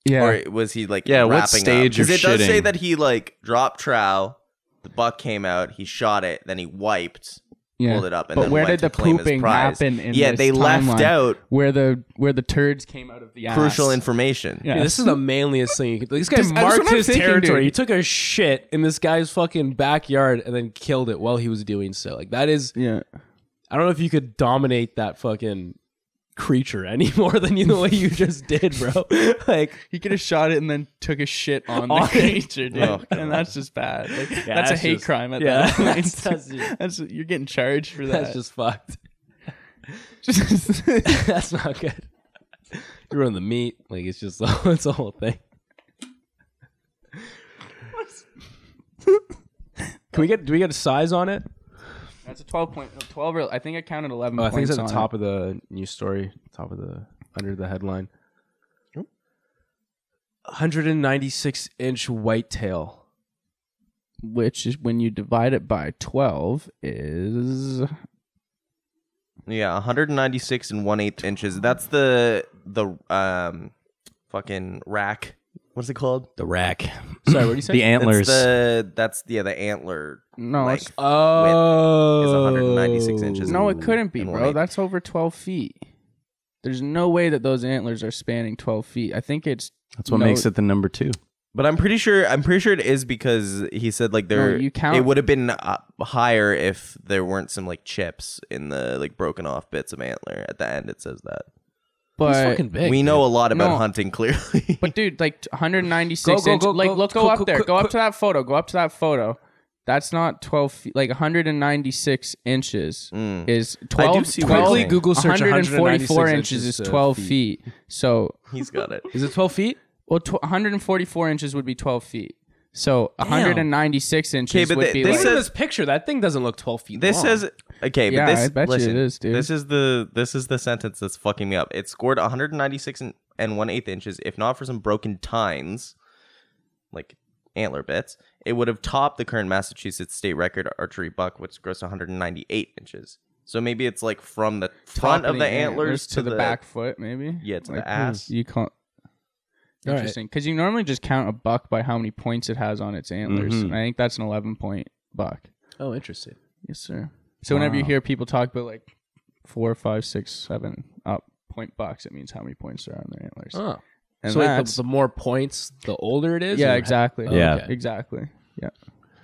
Yeah.
or was he like
Yeah, what
wrapping up?
stage
'Cause
of
it does say
shitting?
that he like dropped trowel, the buck came out, he shot it, then he wiped,
yeah.
pulled it up, and
but
then
where
went
did the
to claim his
pooping
prize.
happen? In
yeah,
this
they
timeline?
left out
where the where the turds came out of the ass.
crucial information.
Yeah.
Dude, this is the manliest thing. You could, like, this guy
Just- that's
marked
what I'm
his
thinking,
territory.
dude.
He took a shit in this guy's fucking backyard and then killed it while he was doing so. Like that is,
Yeah.
I don't know if you could dominate that fucking creature any more than you the way you just did, bro. like
He could have shot it and then took a shit on
On
the
it.
creature, dude.
Oh,
and that's just bad. Like, that's, a
that's
hate
just-
crime at
yeah,
that point.
that's- that's just-
That's- you're getting charged for that.
that's just fucked.
Just-
that's not good. You ruin the meat. Like it's just it's the whole thing. Can we get? Do we get a size on it?
that's a twelve point, no, twelve or I think I counted eleven.
Oh, I think
points
it's at the
on
top
it.
of the news story, top of the under the headline. 196 inch whitetail.
which is when you divide it by twelve is
Yeah, 196 and 1 8 inches. That's the the um fucking rack. What's it called?
The rack.
Sorry, what do you say?
The antlers.
That's the that's yeah, the antler.
no,
Like,
it's,
oh,
It's 196 inches.
no, it couldn't be,
and
bro.
white.
That's over twelve feet. There's no way that those antlers are spanning twelve feet. I think it's
That's what
No.
makes it the number two.
But I'm pretty sure I'm pretty sure it is because he said like there
No, you count-
it would have been uh, higher if there weren't some like chips in the like broken off bits of antler at the end it says that.
but
fucking big.
we know a lot about
No.
hunting clearly.
But dude, like 196
Go, go,
inch.
go,
like,
go,
look, go,
go,
up
go,
there.
quick,
Go up
quick.
to that photo. Go up to that photo. That's not 12 feet. Like 196 inches
Mm.
is
do
12.
see what you're
12
Quickly
saying.
Google search
144
144
inches is 12 feet. So,
He's got it.
Is it 12 feet?
well, tw- 144 inches would be 12 feet. So 196
Okay,
inches
but
would
th-
be
this
Look
like,
at
says-
this picture. That thing doesn't look 12 feet
This
long.
says okay,
Yeah,
but this
I bet you
listen,
it is, dude.
This is the this is the sentence that's fucking me up. It scored 196 and, and 1 8 inches, if not for some broken tines, like antler bits, it would have topped the current Massachusetts state record archery buck, which grossed 198 inches. So maybe it's like from the front
top
of the antlers
to, the, back foot, maybe.
Yeah, to the
Like, hmm,
ass.
You can't.
All right.
Interesting, because you normally just count a buck by how many points it has on its antlers.
Mhm.
Mm-hmm.
And I think that's an eleven point buck.
Oh, interesting.
Yes, sir. So whenever you
Wow.
hear people talk about like four, five, six, seven up point bucks, it means how many points there are on their antlers.
Oh.
and
so like
that's-
the, the more points, the older it is?
yeah,
or-
exactly.
Oh,
Yeah.
okay.
exactly. Yeah.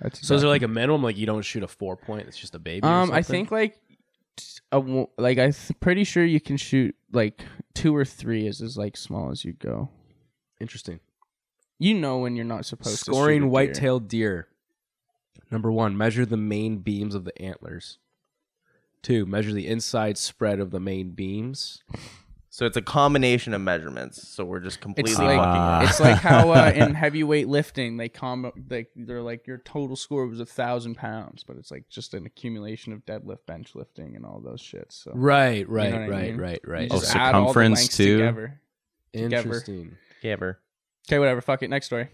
That's
So is
exactly-
there like a minimum? Like you don't shoot a four point. It's just a baby. or
um, I
something?
think like a wo- like I th- pretty sure you can shoot like two or three is as like small as you go.
Interesting.
You know when you're not supposed to shoot
Scoring
a deer.
white-tailed deer. Number one, measure the main beams of the antlers. Two, measure the inside spread of the main beams.
So it's a combination of measurements. So we're just completely
It's
fucking
like
Ah.
wrong.
it's like how uh, in heavyweight lifting they com like they're like your total score was a thousand pounds, but it's like just an accumulation of deadlift, bench lifting, and all those shits. So
Right,
right,
right, right,
right, right,
right,
you
right.
Oh,
just add all the
circumference
lengths
too?
Together.
interesting.
Gabber.
Okay, whatever. Fuck it. Next story.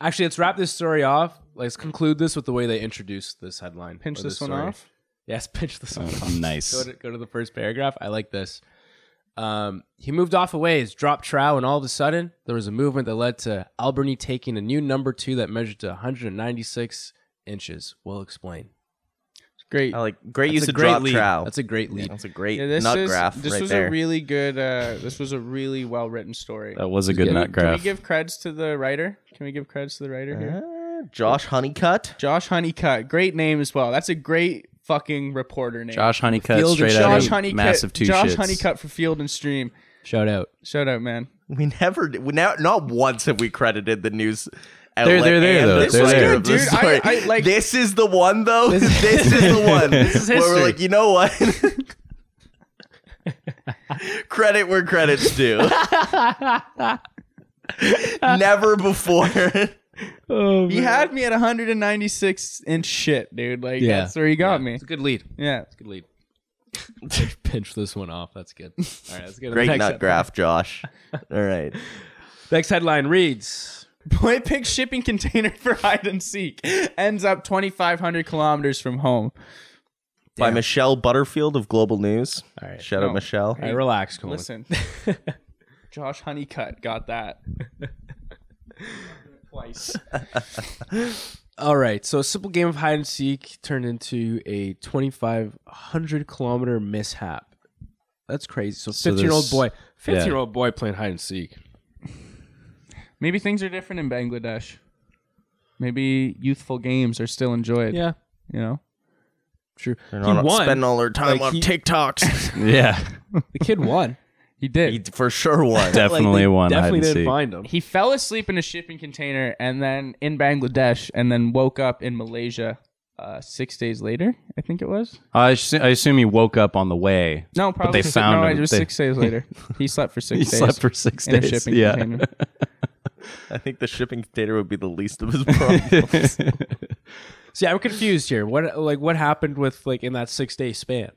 Actually, let's wrap this story off. Let's conclude this with the way they introduced this headline.
Pinch
or
this one
story.
off.
Yes, pinch the song.
Oh,
off.
nice.
Go to, go to the first paragraph. I like this. Um, he moved off a ways, dropped trow, and all of a sudden there was a movement that led to Alberni taking a new number two that measured to 196 inches. We'll explain.
Great.
I like great
That's
use
a
of
great
drop
lead.
trow.
That's a great lead.
That's a great
Yeah, this
nut
is,
graph
This
right
was
there.
a really good. Uh, this was a really well written story.
That was a good
Yeah.
nut
Can
graph. Uh-huh.
we give creds to the writer? Can we give creds to the writer here?
Ah, Josh Honeycutt.
Josh Honeycutt, great name as well. That's a great fucking reporter name.
Josh Honeycutt
Field and
straight out
Josh
of
Honeycutt,
massive two
Josh
shits.
Honeycutt for Field and Stream.
Shout out.
Shout out, man.
We never, we now, not once have we credited the news.
They're- they're there,
and
though.
This
They're
writer
there.
of the
Dude, I-
story.
I, like-
this is the one though. This is, the one. this
is
Where
history.
we're like, you know what? Credit where credits due. Never before.
Oh,
He had me at 196 inch shit, dude. Like
Yeah.
that's where he got me.
It's a good lead.
Yeah.
It's a good lead. pinch this one off. That's good. All right, let's go to the
Great
next
nut
head-
graph, Josh. All right.
Next headline reads
Boy picks shipping container for hide and seek. Ends up 2,500 kilometers from home.
By Michelle Butterfield of Global News.
All right.
Shout
Oh.
out Michelle.
All right, relax, Colin.
Listen, Josh Honeycutt got that twice.
All right, so a simple game of hide and seek turned into a 2,500 kilometer mishap. That's crazy. So,
So
15 year old
there's-
boy, 15 year old boy playing hide and seek.
Maybe things are different in Bangladesh. Maybe youthful games are still enjoyed.
Yeah,
You know?
true. He
They're not
won.
spending all their time
Like,
on
he-
TikToks.
Yeah,
the kid won.
He did.
he for sure won.
Like,
definitely
they
one.
Definitely
hide and
didn't
seek.
find him.
he fell asleep in a shipping container and then in Bangladesh and then woke up in Malaysia uh, six days later, I think it was.
I, assu- I assume he woke up on the way.
No,
But
probably
they
si-
found
no,
him.
it was
They-
six days later. He slept for six
He
days.
slept for six
in a
days.
shipping
Yeah.
container.
I think the shipping container would be the least of his problems.
See, I'm confused here. What like what happened with like in that six day span?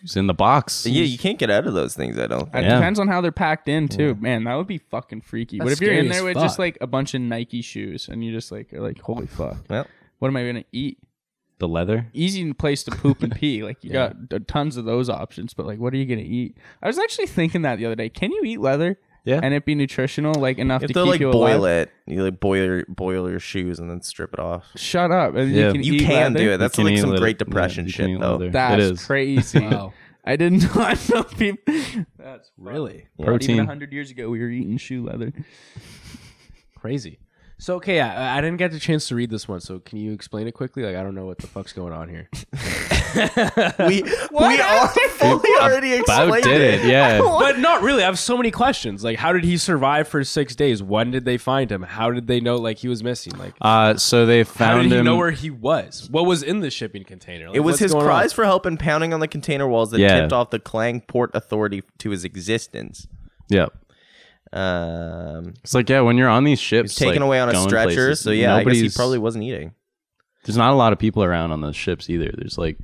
He's in the box.
yeah, you can't get out of those things. I don't.
It
Think.
Yeah.
depends on how they're packed in too. Man, that would be fucking freaky. what
That's
if you're in
scary
there
as
with
fuck.
just like a bunch of Nike shoes and you just like are like, holy fuck.
Well,
What am I gonna eat?
the leather.
Easy place to poop and pee. Like you got got tons of those options, but like what are you gonna eat? I was actually thinking that the other day. Can you eat leather?
Yeah.
And it be nutritional, like enough
if
to
they
keep
like
you
boil
alive?
it, you like boil your, boil your shoes and then strip it off.
Shut up. And
Yeah.
you can,
You
eat
can
leather?
do it. That's
You can
like
eat
some
leather.
Great
Yeah,
Depression
you can
shit,
eat
though.
leather.
That's
it is.
crazy.
Wow.
I did not know people. That's
Really
Not even
Protein.
hundred years ago, we were eating shoe leather.
crazy. So okay, I, I didn't get the chance to read this one. So can you explain it quickly? Like I don't know what the fuck's going on here.
We we are fully already
Bob
explained
did it. Yeah.
But not really. I have so many questions. Like, how did he survive for six days? When did they find him? How did they know like he was missing? Like,
Uh, so they
how
found
did he
him.
know where he was? What was in the shipping container? Like,
It was
what's
his
going on?
cries for help and pounding on the container walls that
Yeah.
tipped off the Klang Port Authority to his existence.
yep.
Um,
It's like yeah, when you're on these ships,
he's taken
like,
away on a
going
stretcher,
places,
so yeah, I guess he
nobody's-
probably wasn't eating.
There's not a lot of people around on those ships either. There's like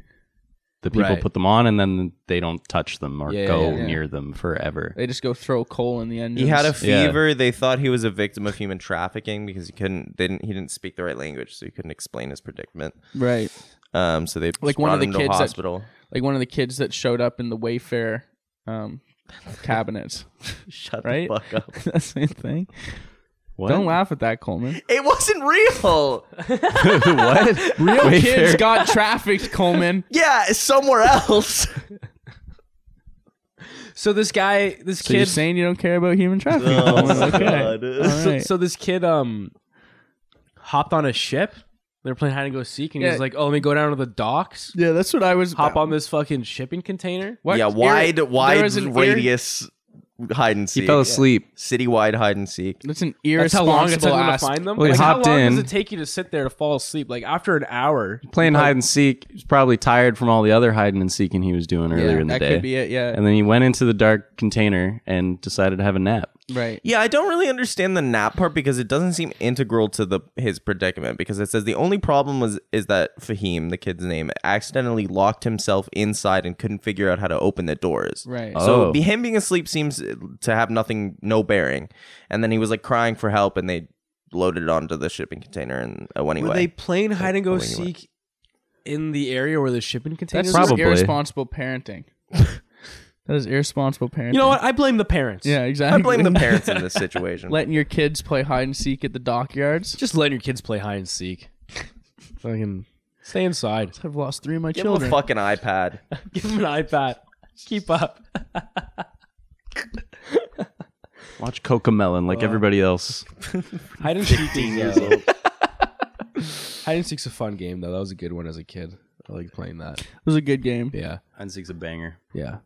the people
Right.
put them on and then they don't touch them or
Yeah,
go
yeah,
yeah.
near them forever.
They just go throw coal in the engine.
He had a
Yeah.
fever. They thought he was a victim of human trafficking because he couldn't they didn't he didn't speak the right language, so he couldn't explain his predicament.
right,
Um, so they
Like
like
one
one
of the
him
kids that-
to hospital.
like one of the kids that showed up in the Wayfair um, cabinets.
Shut
Right?
the fuck up.
that same thing.
What?
Don't laugh at that, Coleman.
It wasn't real.
what?
Real
Wayfair.
kids got trafficked, Coleman.
yeah, it's somewhere else.
So this guy, this
So
kid,
you're saying you don't care about human trafficking?
Oh
Coleman?
Oh,
Okay. All
so,
right.
so this kid, um, hopped on a ship. They were playing hide and go seek, and he
Yeah.
was like, "Oh, let me go down to the docks,
yeah, that's what I was.
hop on this fucking shipping container."
What?
Yeah,
Irri-
wide
there
wide
was an irri-
radius hide and seek.
He fell asleep.
Citywide hide and seek.
That's an
That's how
irresponsible
long it took him to
ass.
find them.
Well, he
like, how
hopped
long
in.
does it take you to sit there to fall asleep? Like after an hour,
Playing hide and seek. He was probably tired from all the other hiding and seeking he was doing earlier
Yeah,
in the
that
day.
could be it. Yeah,
And then he went into the dark container and decided to have a nap.
right.
Yeah, I don't really understand the nap part because it doesn't seem integral to the his predicament because it says the only problem was is that Fahim, the kid's name, accidentally locked himself inside and couldn't figure out how to open the doors.
Right.
So
Oh.
be him being asleep seems to have nothing no bearing. And then he was like crying for help and they loaded it onto the shipping container and uh, went
were
away.
they playing hide and go
Anyway.
seek in the area where the shipping containers
That's
are?
just
Probably.
irresponsible parenting. that is irresponsible parenting.
You know what? I blame the parents.
Yeah, exactly.
I blame the parents in this situation.
Letting your kids play hide and seek at the dockyards.
Just letting your kids play hide and seek. Fucking stay inside.
I've lost three of my
Give them a
children.
fucking iPad.
Give them an iPad. Keep up.
Watch Cocomelon like everybody else.
Hide and seek. is, uh, Hide and seek's a fun game though. That was a good one as a kid. I like playing that.
It was a good game.
Yeah.
And Seek's a banger.
Yeah.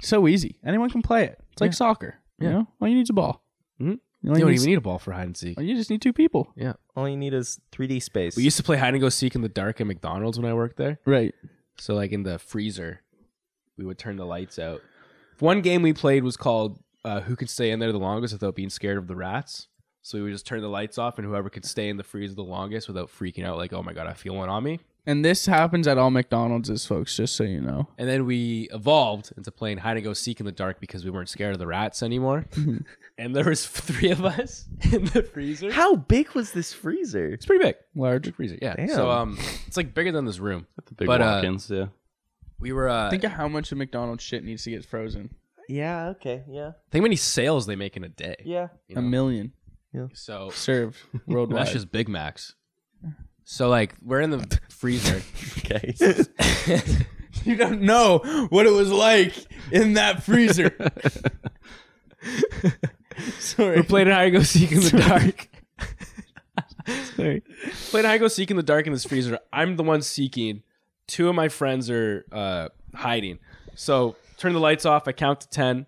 So easy. Anyone can play it. It's like soccer. You know, all you need is a ball.
Mhm.
Mm-hmm. You,
You
only
don't
need-
even need a ball for hide and seek.
all you just need two people.
All you need is 3D space.
We used to play hide and go seek in the dark at McDonald's when I worked there.
Right.
So like in the freezer, we would turn the lights out. One game we played was called uh, "Who Could Stay in There the Longest Without Being Scared of the Rats." So we would just turn the lights off, and whoever could stay in the freezer the longest without freaking out, like "Oh my god, I feel one on me."
And this happens at all McDonald's, folks, just so you know.
And then we evolved into playing hide and go seek in the dark because we weren't scared of the rats anymore. and there was three of us in the freezer.
How big was this freezer?
It's pretty big.
Large.
Big freezer, yeah.
Damn.
So um, it's like bigger than this room.
The big
But, uh,
walk-ins, yeah.
We were uh,
Think of how much of McDonald's shit needs to get frozen.
Yeah. Okay. Yeah.
think how many sales they make in a day.
Yeah.
You know?
A million
So
served worldwide.
That's just Big Macs. So like we're in the freezer.
Okay.
you don't know what it was like in that freezer. Sorry.
we played hide and go seek in the dark.
Sorry.
played hide and go seek in the dark in this freezer. I'm the one seeking. Two of my friends are uh, hiding. So turn the lights off. I count to ten,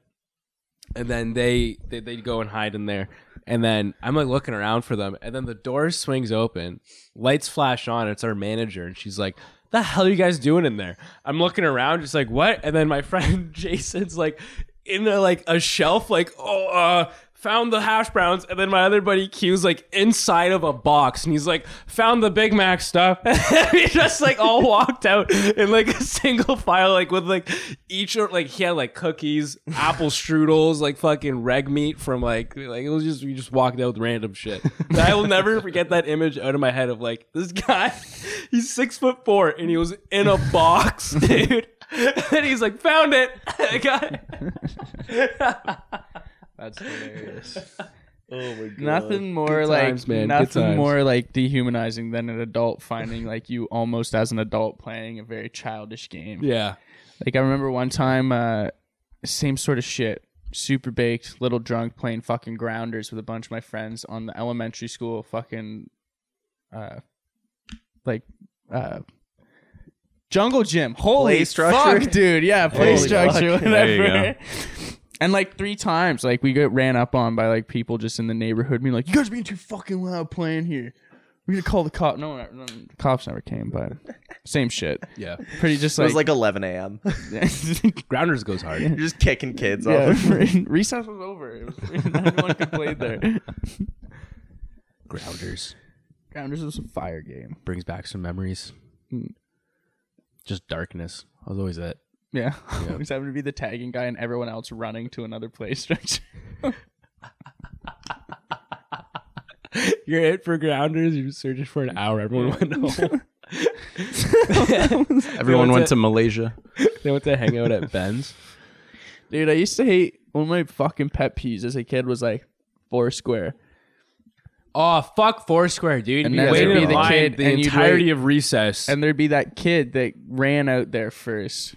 and then they they they go and hide in there. And then I'm like looking around for them. And then the door swings open, lights flash on. It's our manager, and she's like, "The hell are you guys doing in there?" I'm looking around, just like what? And then my friend Jason's like in a, like a shelf, like oh. uh Found the hash browns, and then my other buddy Q's like inside of a box, and he's like, "Found the Big Mac stuff." we just like all walked out in like a single file, like with like each or like he had like cookies, apple strudels, like fucking reg meat from like like it was just we just walked out with random shit. And I will never forget that image out of my head of like this guy, he's six foot four and he was in a box, dude. and he's like, found it. I got it.
That's hilarious.
oh my god.
Nothing more
Good
like
times, man. Good
nothing
times.
more like dehumanizing than an adult finding like you almost as an adult playing a very childish game.
yeah.
Like I remember one time, uh, same sort of shit. Super baked, little drunk, playing fucking grounders with a bunch of my friends on the elementary school fucking, uh, like, uh, jungle gym. Holy
Play structure?
fuck, dude! Yeah, play
Holy
structure.
fuck.
Whatever.
There you
And like three times, like we get ran up on by like people just in the neighborhood, being like, "You guys are being too fucking loud playing here. We're gonna call the cop." No, no, no the cops never came, but same shit.
Yeah.
Pretty just
It
like,
was like 11 a.m.
Grounders goes hard.
You're just kicking kids
Yeah,
off.
recess was over. It was- no one could play there.
Grounders
Grounders was a fire game.
brings back some memories. Mm. Just darkness. I was always it.
Yeah, always having to be the tagging guy and everyone else running to another play structure.
You're it for grounders. You searched for an hour. Everyone went home.
Everyone
went
went
to-
to Malaysia.
they went to hang out at Ben's.
Dude, I used to hate one of my fucking pet peeves as a kid was like Foursquare.
Oh fuck Foursquare, dude!
And
you
then
waited
there'd be
in
the
line
kid,
the
and you'd
entirety
wait.
of recess.
And there'd be that kid that ran out there first.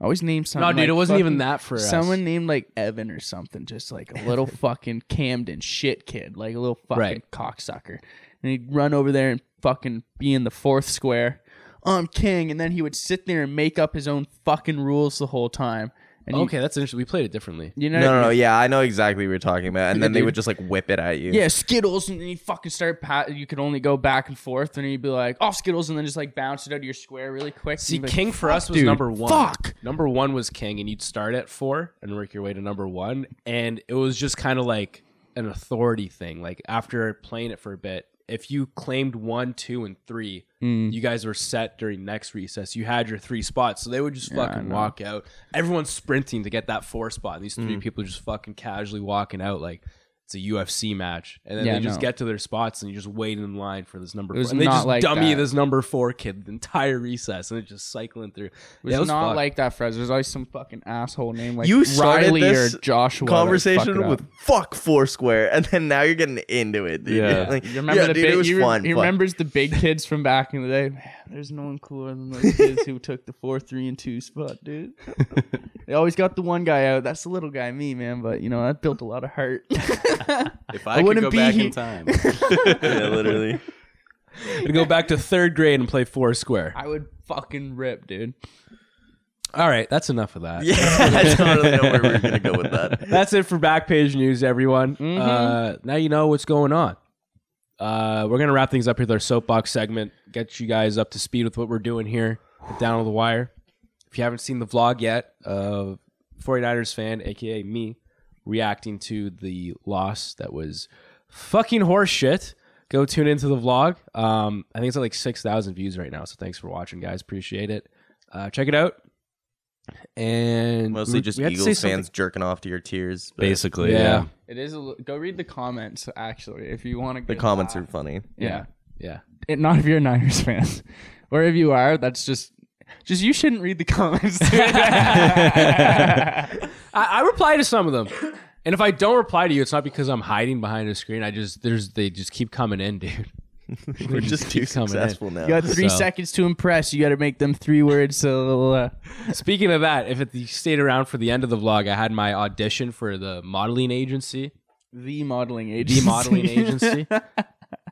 I always named
no,
something.
dude,
like
it wasn't even
fucking-
that for us.
Someone named like Evan or something, just like a little fucking Camden shit kid, like a little fucking
Right.
cocksucker. And he'd run over there and fucking be in the fourth square. I'm king, and then he would sit there and make up his own fucking rules the whole time. And you-
Okay, that's interesting. We played it differently.
you, know,
No, no, no. Yeah, I know exactly what you're talking about. And then they
dude.
would just like whip it at you.
yeah, Skittles, and then you fucking start pat. You could only go back and forth, and he'd be like, "Oh, Skittles," and then just like bounce it out of your square really quick.
See,
and you'd be like,
King for us was
dude,
number one.
fuck.
Number one was King, and you'd start at four and work your way to number one. And it was just kind of like an authority thing. Like after playing it for a bit, if you claimed one, two, and three,
Mm.
you guys were set during next recess. You had your three spots. So they would just fucking walk
Mm.
out. Everyone's sprinting to get that four spot. And these three people just fucking casually walking out. Like it's a UFC match, and then
Yeah,
they just
no.
get to their spots and you just wait in line for this number.
It was
four. And they
not
just
like
dummy
that.
this number four kid the entire recess, and it's just cycling through.
was,
Yeah, it was
not
fucked.
like that, Fred. There's always some fucking asshole name like
You started
Riley
this
or Joshua. that fuck it
Conversation
up.
with fuck Foursquare, and then now you're getting into it, dude.
Yeah.
Like,
You remember
yeah,
the
dude,
big,
it was
he, re-
fun.
he
fun.
remembers the big kids from back in the day. Man, there's no one cooler than those kids who took the four, three, and two spot, dude. they always got the one guy out. That's the little guy, me, man. But you know, that built a lot of heart.
If
I
I, could
wouldn't
go
be
back
here.
in time,
yeah, literally.
to go back to third grade and play four square.
I would fucking rip, dude.
All right, that's enough of that.
Yeah, I don't really know where we we're gonna go with that.
That's it for Backpage News, everyone.
Mm-hmm.
Uh, now you know what's going on. Uh, we're gonna wrap things up here with our soapbox segment. Get you guys up to speed with what we're doing here. At Down on the wire. If you haven't seen the vlog yet, uh, 49ers fan, aka me, reacting to the loss that was fucking horse shit. Go tune into the vlog. Um, I think it's at like six thousand views right now. So thanks for watching, guys. Appreciate it. Uh, check it out. And
Mostly just
we had to say
Eagles
something-
fans jerking off to your tears. but
basically,
Yeah.
yeah.
It is. A, li- go read the comments actually if you want to.
The comments are funny.
yeah.
Yeah.
It, not if you're a Niners fan, or if you are. That's just. Just you shouldn't read the comments. dude.
I, I reply to some of them. And if I don't reply to you, it's not because I'm hiding behind a screen. I just there's they just keep coming in, dude.
We're just too
Keep coming in.
successful now.
You got three
So-
seconds to impress. You got to make them three words. So uh,
Speaking of that, if it, you stayed around for the end of the vlog, I had my audition for the modeling agency,
the modeling agency.
the modeling agency,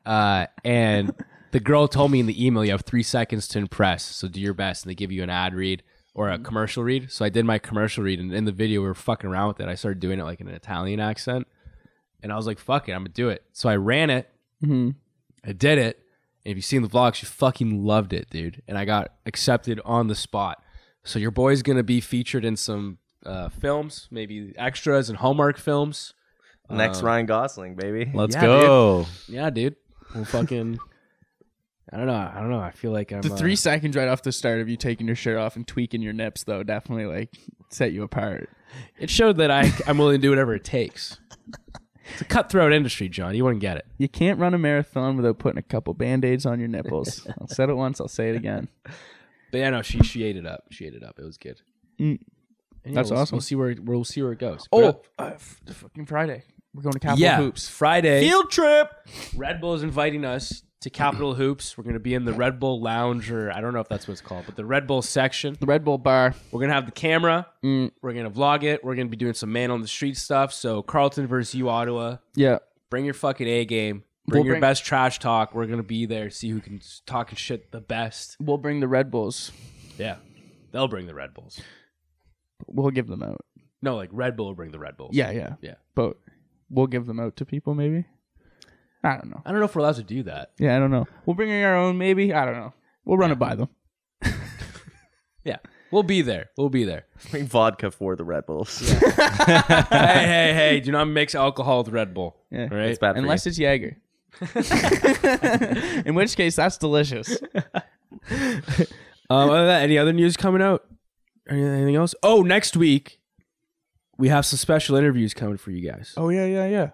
uh, and the girl told me in the email you have three seconds to impress, so do your best, and they give you an ad read or
Mm-hmm.
a commercial read. So I did my commercial read, and in the video we were fucking around with it. I started doing it like in an Italian accent, and I was like, "Fuck it, I'm gonna do it." So I ran it.
Mm-hmm.
Mhm.
I did it. And if you've seen the vlog, she fucking loved it, dude. And I got accepted on the spot. So your boy's gonna be featured in some uh, films, maybe extras and Hallmark films.
Uh,
Next Ryan Gosling, baby.
Let's
Yeah,
go.
Yeah, dude. We'll fucking. I don't know. I don't know. I feel like I'm
The
uh,
three seconds right off the start of you taking your shirt off and tweaking your nips, though, definitely like set you apart.
It showed that I I'm willing to do whatever it takes. It's a cutthroat industry, John. You wouldn't get it.
You can't run a marathon without putting a couple band aids on your nipples. I'll say it once. I'll say it again.
But yeah, no. She she ate it up. She ate it up. It was good.
Mm.
And yeah,
That's
we'll-
awesome.
We'll see where it- we'll see where it goes.
Oh, uh, f- fucking Friday. We're going to Capital
yeah,
Hoops.
Friday.
Field trip.
Red Bull is inviting us to Capital Hoops. We're going to be in the Red Bull Lounge, or I don't know if that's what it's called, but the Red Bull section.
The Red Bull Bar.
We're going to have the camera.
Mm.
We're going to vlog it. We're going to be doing some man on the street stuff. So Carlton versus you, Ottawa.
Yeah.
Bring your fucking A game. Bring
We'll
your
bring-
best trash talk. We're going to be there. See who can s- talk and shit the best.
We'll bring the Red Bulls.
Yeah. They'll bring the Red Bulls.
We'll give them out.
No, like Red Bull will bring the Red Bulls.
Yeah, yeah,
Yeah.
But we'll give them out to people, maybe. I don't know.
I don't know if we're allowed to do that.
Yeah, I don't know. We'll bring in our own, maybe. I don't know. We'll run it by them.
Yeah. We'll be there. We'll be there.
Bring vodka for the Red Bulls.
hey, hey, hey. Do not mix alcohol with Red Bull.
Yeah.
All right.
It's bad for
Unless
you.
it's Jaeger. in which case, that's delicious.
Um, other than that, any other news coming out? Any- Anything else? Oh, next week we have some special interviews coming for you guys
Oh, yeah, yeah, yeah.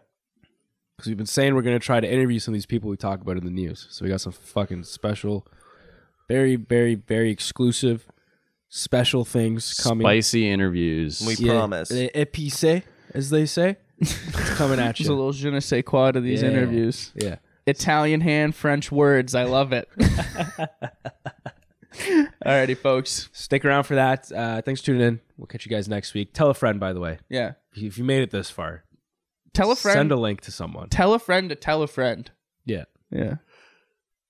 because we've been saying we're going to try to interview some of these people we talk about in the news. So we got some fucking special, very, very, very exclusive, special things coming.
Spicy interviews.
We
Yeah,
promise.
les épicés, as they say, it's coming at
There's a
you.
little je ne sais quoi to these
Yeah.
interviews.
Yeah.
Italian hand, French words. I love it. Alrighty, folks.
Stick around for that. Uh, thanks for tuning in. We'll catch you guys next week. Tell a friend, by the way,
Yeah.
if you made it this far,
Tell a friend.
send a link to someone.
tell a friend to tell a friend.
Yeah.
Yeah.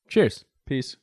Cheers.
Peace.